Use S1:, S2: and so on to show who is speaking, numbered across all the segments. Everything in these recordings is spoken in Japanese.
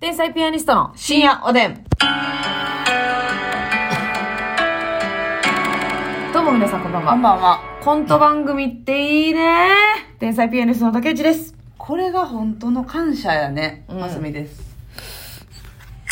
S1: 天才ピアニストの深夜おでん。どうも皆さんこんばん
S2: こ
S1: は。
S2: んばんは。
S1: コント番組っていいね天才ピアニストの竹内です。
S2: これが本当の感謝やね。
S1: うん
S2: マスミです。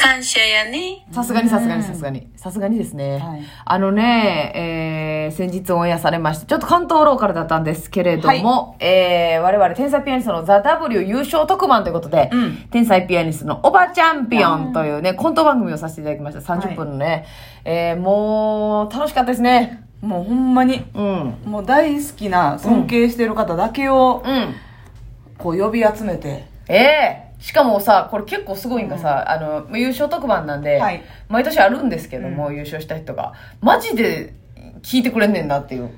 S3: 感謝やね。
S1: さすがにさすがにさすがに。さすがにですね。
S2: はい
S1: あのね、えー、先日オンエアされました。ちょっと関東ローカルだったんですけれども、えー、我々天才ピアニストのザ・ W 優勝特番ということで、
S2: うん
S1: 天才ピアニストのオバチャンピオンというね、コント番組をさせていただきました。30分のね。えー、もう、楽しかったですね。
S2: もうほんまに、
S1: うん。
S2: もう大好きな、尊敬してる方だけを、
S1: うん。
S2: こう呼び集めて。
S1: ええしかもさ、これ結構すごいんがさ、あの、優勝特番なんで、
S2: はい
S1: 毎年あるんですけども、優勝した人が、マジで聞いてくれんねんなっていう。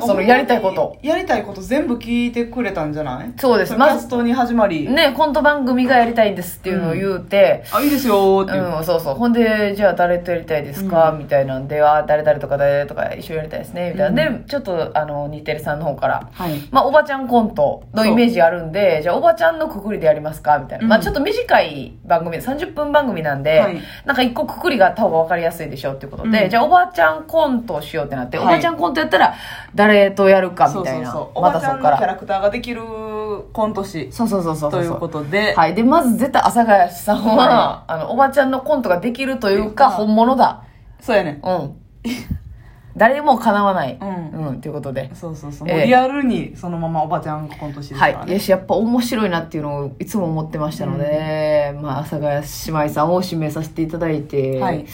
S1: そのやりたいこと。。
S2: やりたいこと全部聞いてくれたんじゃない
S1: そうです
S2: の
S1: ま
S2: キ
S1: ず
S2: ャストに始まり、
S1: ね、コント番組がやりたいんですっていうのを言うて、
S2: あ、いいですよーっ
S1: う
S2: ていう。
S1: ん、そうそう。ほんで、じゃあ誰とやりたいですか、みたいなんで、あー誰々とか誰々とか一緒にやりたいですね、みたいな。で、ちょっと、あの、日テレさんの方から、
S2: はい。
S1: まあ、おばちゃんコントのイメージあるんで、じゃあ、おばちゃんのくくりでやりますかみたいな。
S2: うん
S1: まあ、ちょっと短い番組、30分番組なんで、
S2: はい
S1: なんか一個くくりがあった方が分かりやすいでしょっていうことで、
S2: うん
S1: じゃあ、おばちゃんコントをしようってなって、
S2: はい
S1: おばちゃんコントやったら、誰とやるかみ
S2: そう
S1: た
S2: そ
S1: いうな。
S2: そう。お
S1: ま
S2: ば
S1: た
S2: ちゃ
S1: そ
S2: ん
S1: っ
S2: の
S1: か
S2: キャ
S1: ら。
S2: ラクターができるコント師
S1: そうそうそうそうそう
S2: ということで、
S1: はい。で、まず絶対、阿佐ヶ谷さんは、
S2: は
S1: あの、おばちゃんのコントができるというか、
S2: できる
S1: 本物だ。
S2: そうやね。
S1: うん。誰もかなわない。
S2: うん
S1: うん、ということで。
S2: そうそうそう。
S1: ええ
S2: もうリアルにそのままおばちゃんコント師ですか
S1: は
S2: ら
S1: い
S2: ね。。
S1: いやし、やっぱ面白いなっていうのをいつも思ってましたので、まあ、阿佐ヶ谷姉妹さんを指名させていただいて、
S2: はい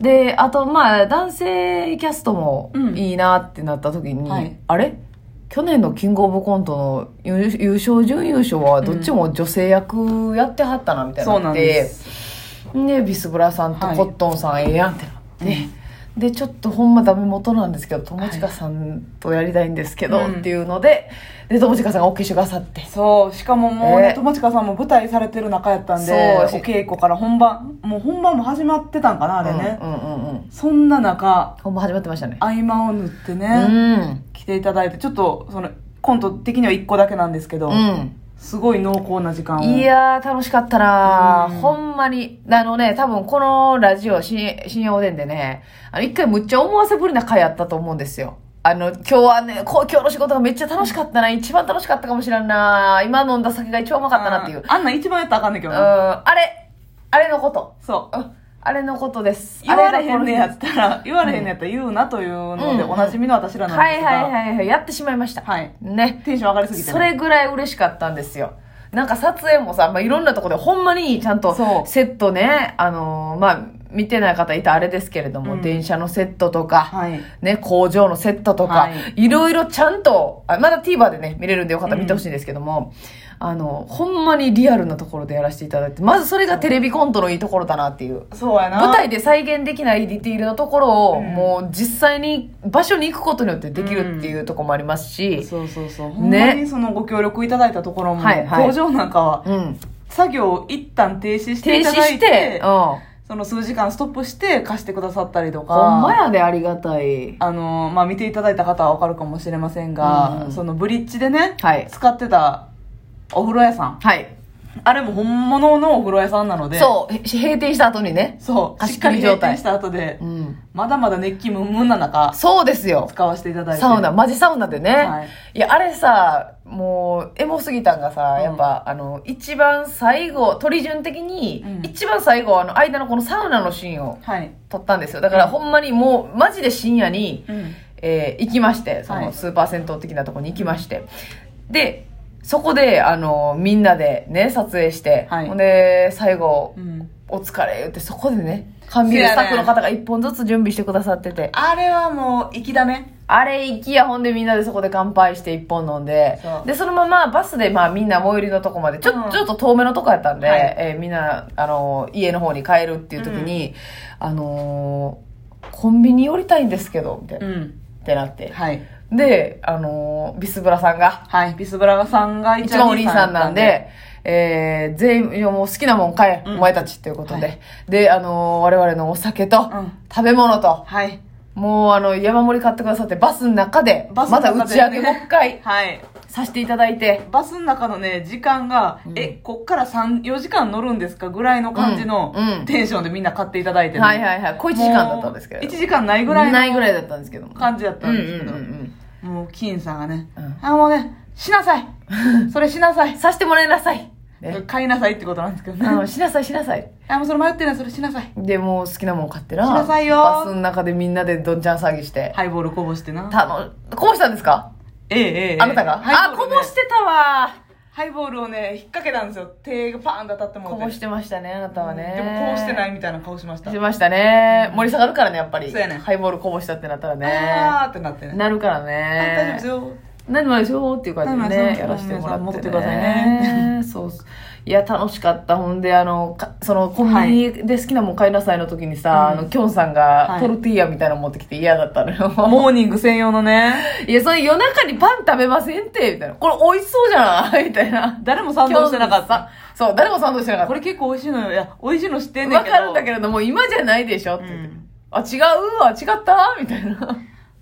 S1: で、あと、まあ、男性キャストも
S2: うん
S1: いいなってなった時に、
S2: はい
S1: あれ去年のキングオブコントの優優勝、準優勝はどっちも女性役やってはったな、みたいに
S2: そう
S1: な
S2: な
S1: っ
S2: ん
S1: て。
S2: です。
S1: ねビスブラさんと
S2: はい
S1: コットンさん、ええやんってなって、でちょっとほんまダメ元なんですけど友近さんとやりたいんですけど、
S2: うん
S1: っていうのでで友近さんが OK してくださって
S2: そう、しかももうね
S1: ええ、
S2: 友近さんも舞台されてる中やったんで、
S1: そう
S2: お
S1: し
S2: 稽古から本番、もう本番も始まってたんかな、あれね
S1: う。んうんうんうん
S2: そんな中、
S1: ほんま始まってましたね
S2: 合間を縫って
S1: う
S2: ね、
S1: ん
S2: 来ていただいて、ちょっと、その、コント的には1個だけなんですけど、
S1: う
S2: すごい濃厚な時間を。
S1: ん、いやー楽しかったなー、
S2: うん
S1: ほんまにあのね多分このラジオ深深夜おでんでねあの一回むっちゃ思わせぶりな回あったと思うんですよあの今日はねこう今日の仕事がめっちゃ楽しかったな一番楽しかったかもしれんな今飲んだ酒が一番うまかったなっていう
S2: あんなん一番やったらあかんねんけ
S1: う
S2: ど
S1: ん、
S2: な。
S1: あれ、あれのこと。
S2: そう。
S1: うんあれのことです。
S2: 言われ
S1: あ
S2: へん
S1: の
S2: ねやったら、言われへんねやったら言うなというので、
S1: うん
S2: おなじみの私らなん
S1: は
S2: で
S1: い
S2: す
S1: は
S2: が、
S1: いはいはい、やってしまいました。
S2: はい
S1: ね。
S2: テンション上がりすぎてね、
S1: それぐらい嬉しかったんですよ。なんか撮影もさ、まあ、いろんなとこでほんまにちゃんと
S2: そう
S1: セットね、あのーまあ、見てない方いたらあれですけれども、
S2: うん
S1: 電車のセットとか、
S2: はい。
S1: ね、工場のセットとか、、
S2: はい
S1: ろいろちゃんと、あまだ TVer でね、見れるんでよかったら見てほしいんですけども、あの、ほんまにリアルなところでやらせていただいて、まずそれがテレビコントのいいところだなっていう。
S2: そうやな。
S1: 舞台で再現できないディティールのところを、
S2: うん
S1: もう実際に場所に行くことによってできるっていうところもありますし、
S2: そうそうそう。ほん
S1: ね
S2: まにそのご協力いただいたところも、
S1: はいはい
S2: 工場なんかは、
S1: うん
S2: 作業を一旦停止し
S1: 停
S2: てい
S1: 止
S2: ただ
S1: し
S2: いて、
S1: て、うん、ほ
S2: その数時間ストップして貸してくださったりとか、
S1: んまやでありがたい。
S2: あの、まあ、見ていただいた方はわかるかもしれませんが、
S1: うん
S2: そのブリッジでね、
S1: はい
S2: 使ってたお風呂屋さん。
S1: はい。
S2: あれも本物のお風呂屋さんなので、
S1: そう、へ閉店した後にね。
S2: そう。
S1: 貸
S2: し
S1: し
S2: っか
S1: 切り
S2: り
S1: 状
S2: 閉
S1: 態
S2: 店した後で、
S1: うん。
S2: まだまだ熱気ムンムンな中、
S1: そうですよ。
S2: 使わせていただいて。
S1: サウナ、マジサウナでね。
S2: はい
S1: い、や、あれさ、もう、エモすぎたんがさ、
S2: うん
S1: やっぱ、あの、一番最後、取り順的に、
S2: うん
S1: 一番最後、あの、間のこのサウナのシーンを
S2: はい。
S1: 撮ったんですよ。だから、ほんまにもう、マジで深夜に、
S2: うん。
S1: えー行きまして、そ
S2: は
S1: の
S2: い
S1: スーパー銭湯的なとこに行きまして。で、そこで、あの、みんなでね、撮影して、
S2: はい
S1: ほんで、最後
S2: う、ん。
S1: お疲れ言って、そこでね、缶ビールス
S2: せや
S1: タ
S2: ね
S1: ッフの方が一本ずつ準備してくださってて、
S2: あれはもう、粋だね。
S1: あれ行きや、ほんでみんなでそこで乾杯して一本飲んで
S2: そ、う
S1: で、そのままバスで、まあみんな最寄りのとこまで、ちょ,、
S2: うん
S1: ちょっと遠めのとこやったんで、
S2: はい
S1: えーみんな、あのー家の方に帰るっていう時に、あのーコンビニ寄りたいんですけど、みたいな、
S2: ん。
S1: ってなって。
S2: はい。
S1: で、あのービスブラさんが、
S2: はい。ビスブラガさんが
S1: 一番お兄さんなんで、えー、全員、いやもう好きなもん買え、
S2: うん
S1: お前たちということで、
S2: は
S1: で、あのー我々のお酒と、
S2: うん
S1: 食べ物と、
S2: はい。
S1: もうあの、山盛り買ってくださって、バスの中で、
S2: バス
S1: ま
S2: の
S1: た
S2: 中で
S1: 打ち上げもう一回、
S2: はい。
S1: させていただいて。
S2: バスの中のね、時間が、
S1: うん
S2: え、こっから3、4時間乗るんですかぐらいの感じの
S1: うんうん
S2: テンションでみんな買っていただいてね。
S1: はいはいはい。小1時間だったんですけど。
S2: 1時間ないぐらい
S1: ないぐらいだ
S2: の
S1: ったんですけども。
S2: 感じだった
S1: うんんう
S2: で
S1: ん
S2: すけ
S1: う
S2: ど。
S1: ん
S2: もう、金さんがね、
S1: うん
S2: あ、もうね、し なさいそれしなさい
S1: うん。さしてもらいなさい。ね
S2: 買いなさいってことなんですけど
S1: あ
S2: ね。
S1: の、しなさいしなさい。
S2: あ、もうそれ迷ってない、それしなさい。
S1: で、もう好きなもん買ってな。
S2: しなさいよ
S1: バスの中でみんなでどんちゃん騒ぎして。
S2: ハイボールこぼしてな。
S1: たの、こぼしたんですか
S2: ええええええ。
S1: あなたが
S2: ハイ
S1: あ、
S2: ボー
S1: こ
S2: ルね
S1: ぼしてたわ。
S2: ハイボールをね、引っ掛けたんですよ。手がパーンと当たっても。
S1: こぼしててましたね、あなたはね。
S2: でもこぼしてない
S1: い。
S2: みたいな顔しました。
S1: しましたね。盛り下がるからね、やっぱり。
S2: そうやね
S1: ハイボールこぼしたってなったらね。
S2: あーってなってね。
S1: なるから
S2: あ大丈夫
S1: ね
S2: です。よ。
S1: 何でもないですよっていう感じで
S2: 何
S1: ね、
S2: で
S1: や
S2: も
S1: ら
S2: ないです
S1: せ
S2: よ
S1: てもらって、ね。
S2: 戻ってくださいね。
S1: そうっすいや、楽しかった。ほんで、あの、かその、コンビニで好きなもん買いなさいの時にさ、
S2: はい
S1: あの、きょんさん
S2: は
S1: が
S2: い
S1: トルティーヤみたいなの持ってきて嫌だったのよ。
S2: モーニング専用のね、
S1: いや、それ夜中にパン食べませんって、みたいな。これ美味しそうじゃないみたいな。
S2: 誰も賛同してなかっ
S1: きょんさ
S2: た。
S1: ん。そう、誰も賛同してなかっ
S2: これ結構美味しいのよ。いや、美味しいの知って
S1: た。
S2: んねん
S1: わ
S2: けど。
S1: かるんだけれども、今じゃないでしょって言って。
S2: うん
S1: あ、違うわ、違ったみたいな。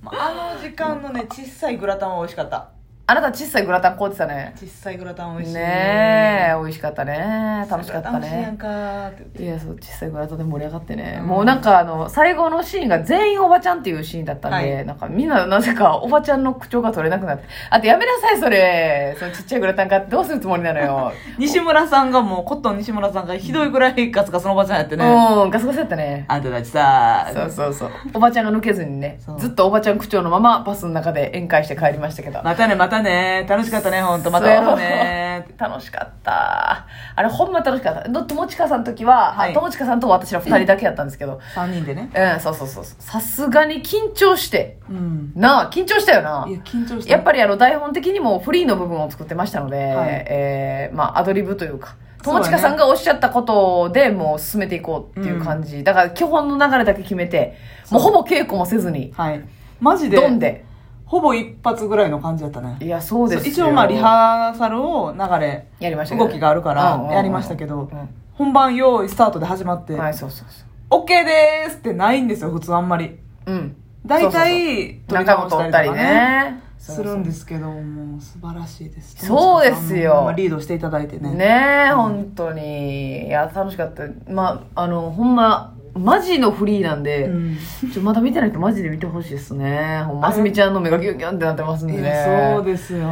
S2: まああの時間のね、小さいグラタンは美味しかった。
S1: あなた小さいグラタン買うてたね。
S2: 小さいグラタン美味しい。
S1: ねえ、美味しかったね。楽しかった
S2: 楽しいやん
S1: ね。
S2: かーって言って。
S1: いや、そう、小さいグラタンで盛り上がってね。
S2: うん
S1: もうなんかあの、最後のシーンが全員おばちゃんっていうシーンだったんで、
S2: はい
S1: なんかみんななぜかおばちゃんの口調が取れなくなって。あとやめなさい、それ。そのちっちゃいグラタン買ってどうするつもりなの よ。
S2: 西村さんがもう、コットン西村さんがひどいぐらいガツガツのおばちゃんやってね。
S1: うん、ガサガサやったね。
S2: あんたたちさ
S1: そうそうそう。おばちゃんが抜けずにね
S2: そ、う
S1: ずっとおばちゃん口調のままバスの中で宴会して帰りましたけど。
S2: またね、またね。楽しかったね、ほんと。またやろうね。
S1: 楽しかった。あれ、ほんま楽しかった。ど友近さんの時は、
S2: はい
S1: 友近さんと私ら二人だけやったんですけど、
S2: 3人でね。
S1: うん、そうそうそうそう。さすがに緊張して。
S2: うん。。
S1: なあ、緊張したよない
S2: や、緊張した。
S1: やっぱ
S2: り、
S1: りあの台本的にもフリーの部分を作ってましたので、
S2: はい
S1: えーまあアドリブというか、
S2: そう
S1: 友
S2: だね
S1: 近さんがおっしゃったことでもう進めていこうっていう感じ。だから基本の流れだけ決めて、もうほぼ稽古もせずに、
S2: はい。マジで、
S1: ドンで。
S2: ほぼ一発ぐらいの感じだったね。
S1: いや、そうですよ
S2: 一応まあリハーサルを流れ、
S1: やりましたけど
S2: 動きがあるから
S1: うんうんうん
S2: やりましたけど
S1: うん、
S2: 本番用意スタートで始まって、
S1: はい、そうそうそ
S2: OK でーすってないんですよ、普通あんまり。
S1: う。うん。
S2: 大体、
S1: そうそうそう仲間取ったり
S2: とか
S1: ね。
S2: するんですけど、もう素晴らしいです。
S1: そうですよ
S2: 友近さんもリードしていただいてね。
S1: ねえ、本当に。いや、楽しかった。ま、あの、ほんま、マジのフリーなんで、
S2: うん
S1: ちょまだ見てない人マジで見てほしいですね。ほんま、ますみちゃんの目がギュンギュンってなってますんで
S2: い
S1: ね。
S2: やそうですよ。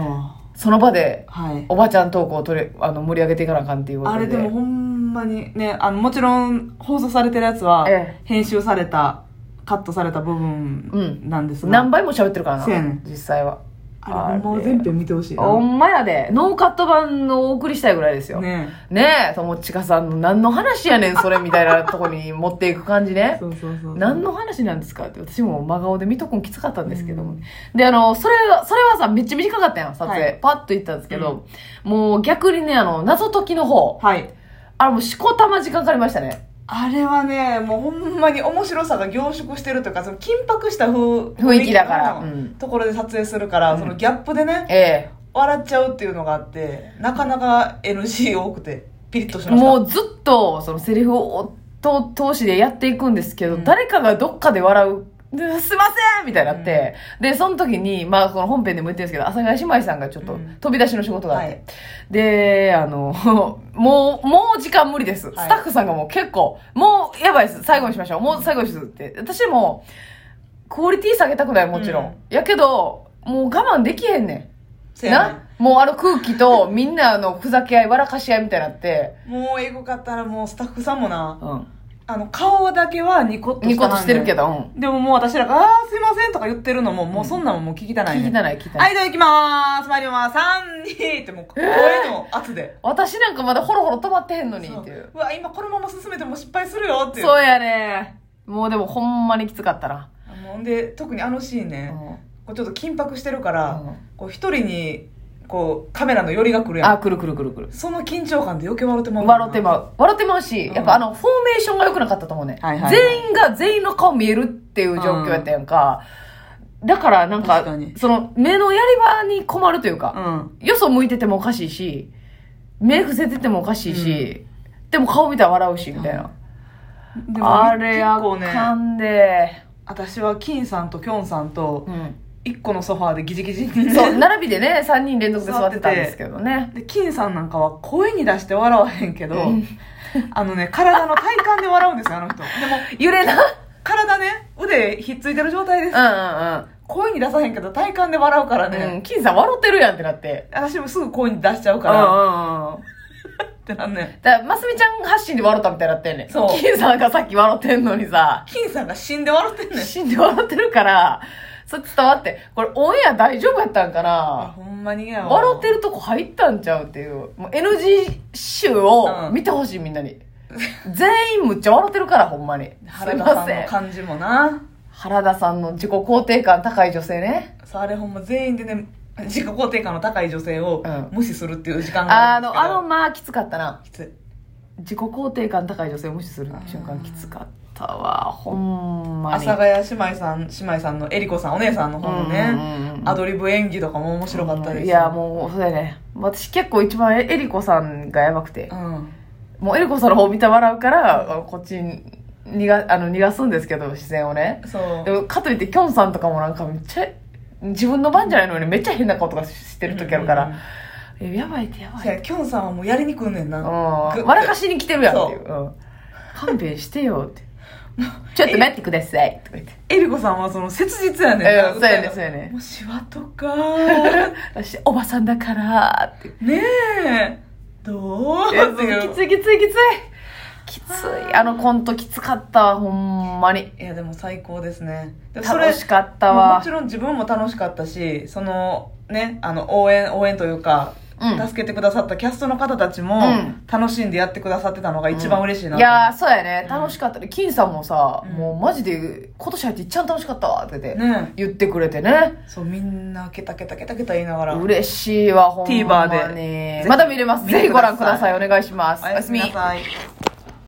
S1: その場で、
S2: はい。
S1: おばちゃんトークを取れ、あの、盛り上げていかなあかんっていうこと
S2: あ
S1: で。
S2: れでもほんまにね、あの、もちろん放送されてるやつは
S1: ええ、
S2: 編集された、カットされた部分なんですが、
S1: 何倍も喋ってるからな
S2: せやねん、
S1: 実際は。
S2: あれほんま全編見てほしいな。
S1: ほんまやで。ノーカット版のお送りしたいぐらいですよ。ね
S2: ね
S1: え、友近さんの何の話やねん、それみたいなとこに 持っていく感じね。
S2: そうそうそう。
S1: 何の話なんですかって私も真顔で見とくんきつかったんですけども、であのそれはそれはさめっちゃ短かったやん撮影、
S2: はい
S1: パッと行ったんですけど、もう逆にねあの謎解きの方
S2: はい。
S1: あれもうしこたま時間かかりましたね
S2: あれはね、もうほんまに面白さが凝縮してるというか、その緊迫した雰
S1: 雰囲気だから
S2: 雰囲気の
S1: うん
S2: ところで撮影するから、そのギャップでね、
S1: え
S2: 笑っちゃうっていうのがあって、なかなか NG 多くて、ピリッとし
S1: え
S2: ました。
S1: もうずっとそのセリフをと通しでやっていくんですけど、
S2: うん
S1: 誰かがどっかで笑うで「すいません!」みたいになって、でその時にまあこの本編でも言ってるんですけど阿佐ヶ谷姉妹さんがちょっと
S2: うん
S1: 飛び出しの仕事があって、
S2: はい
S1: で、あの、 もう、もう時間無理です。スタッフさんがもう結構、もうやばいです。最後にしましょう。もう最後にするって。私も、クオリティ下げたくない、もちろん。
S2: うん
S1: やけど、もう我慢できへんねん。
S2: せやね
S1: なもうあの空気と、みんなあの、ふざけ合い、笑かし合いみたいになって、
S2: もうエゴかったらもうスタッフさんもな、
S1: うん。
S2: あの、顔だけはニコッと
S1: ニコッとしてるけ
S2: ど。
S1: ど、うん。
S2: でももう私らが、あーすいませんとか言ってるのも、もうそんなんももう聞きたない
S1: 聞
S2: ね。
S1: きたない、聞きたな。
S2: はいい、では行きまーす。参ります。3、2ってもう声の圧で。
S1: 私なんかまだホロホロ止まってへんのに
S2: そ
S1: っ
S2: う
S1: ていう。
S2: うわ今このまま進めても失敗するよっていう
S1: そうやね。もうでもほんまにきつかったな。
S2: もうほんで特にあのシーン
S1: う
S2: ね、
S1: ん
S2: こうちょっと緊迫してるから、
S1: うん
S2: こう一人にこうカメラの寄りが来るやん
S1: あ、くるくるくるくる。
S2: その緊張感で余計笑ってまう
S1: 笑ってまう。笑ってまうし、
S2: うん
S1: やっぱあの、フォーメーションが良くなかったと思うね。
S2: はいはいはい
S1: 全員が全員の顔見えるっていう状況やったやんか。だからなんか
S2: 確かに
S1: その、目のやり場に困るというか、
S2: うん
S1: よそ向いててもおかしいし、目伏せててもおかしいし、でも顔見たら笑うし、みたいな。
S2: でも
S1: あれや
S2: 結構ね
S1: かんで、
S2: 私は金さんときょんさんと
S1: うん。
S2: 一個のソファーでギジギジにね
S1: そう、並びでね、3人連続で座ってたんですけどね。
S2: で金さんなんかは声に出して笑わへんけど、
S1: うん
S2: あのね体の体感で笑うんですよあの人でも
S1: 揺れな。
S2: 体ね腕ひっついてる状態です、
S1: う
S2: 声に出さへんけど体感で笑うから
S1: んうんうん。う
S2: ね、
S1: ん、金さん笑ってるやんってなって。
S2: 私もすぐ声に出しちゃう
S1: う
S2: か
S1: んう
S2: ら、っ
S1: んうん。
S2: てなんね
S1: だから、ますみちゃん発信で笑ったみたいになってんねん。
S2: そう
S1: 金さんがさっき笑ってんのにさ、
S2: 金さんが死んで笑ってんねん
S1: 死んで笑ってるから、それ伝わって、これオンエア大丈夫やったんか
S2: あ
S1: な
S2: ほんまにやわ
S1: 笑ってるとこ入ったんちゃうっていう。もう NG 集を
S2: うん
S1: 見てほしい、みんなに。全員むっちゃ笑ってるから、ほんまに。すい
S2: 原田
S1: ま
S2: さん
S1: せん
S2: の。感じもな
S1: 原田さんの自己肯定感高い女性ね。
S2: そうあれほんま全員でね自己肯定感の高い女性を
S1: うん
S2: 無視するっていう時間が
S1: あ
S2: あるんで
S1: の、
S2: すけ
S1: あの、
S2: ど
S1: まあ、きつかったな。
S2: きつい
S1: 自己肯定感高い女性を無視する瞬間きつかったわ。ほんま
S2: 阿
S1: に。
S2: 佐ヶ谷姉妹さん姉妹さんのえりこさんお姉さんの方のね、
S1: うんうんうん
S2: アドリブ演技とかも面白かったです
S1: いや、もう、そうやね。私結構一番え、えりこさんがやばくて
S2: う。ん
S1: もうえりこさんの方見て笑うから、あのこっちに逃が、あの、逃がすんですけど、視線をね。
S2: そう
S1: でも、かといって、きょんさんとかもなんかめっちゃ、自分の番じゃないのにめっちゃ変なことがしてる時あるか
S2: うんう
S1: ら、
S2: ん
S1: えやばいってやばい
S2: せやきょんさんはもうやりにくんねんな、
S1: う
S2: ぐ
S1: ん。笑かしに来てるやんっていう。うん勘弁してよ って。ちょっと待ってください。とか言って。
S2: えりこさんはその切実やねん
S1: えそうやねそうやね
S2: もうシワとかね
S1: 私、おばさんだから って。
S2: えどう
S1: い
S2: って
S1: や
S2: いう
S1: きついきついきつい。きつい。あのコントきつかったわ、ほんまに。
S2: いやでも最高ですねでそれ
S1: 楽しかった
S2: まあも
S1: わ
S2: ち。ろん自分も楽しかったしそのねあの応援応援というか、
S1: うん
S2: 助けてくださったキャストの方たちも
S1: うん
S2: 楽しんでやってくださってたのが一番嬉しいなと、
S1: いやー、そうやね。楽しかったね。金さんもさ、
S2: うん
S1: もうマジで今年入っていっちゃん楽しかったわって言って、
S2: ね
S1: 言ってくれてね。
S2: そうみんなケタケタケタケタ言いながら
S1: 嬉しいわ、ほんまに。
S2: TVer で
S1: まだ見れます。ぜひご覧ください。お願いします。
S2: おやすみなさい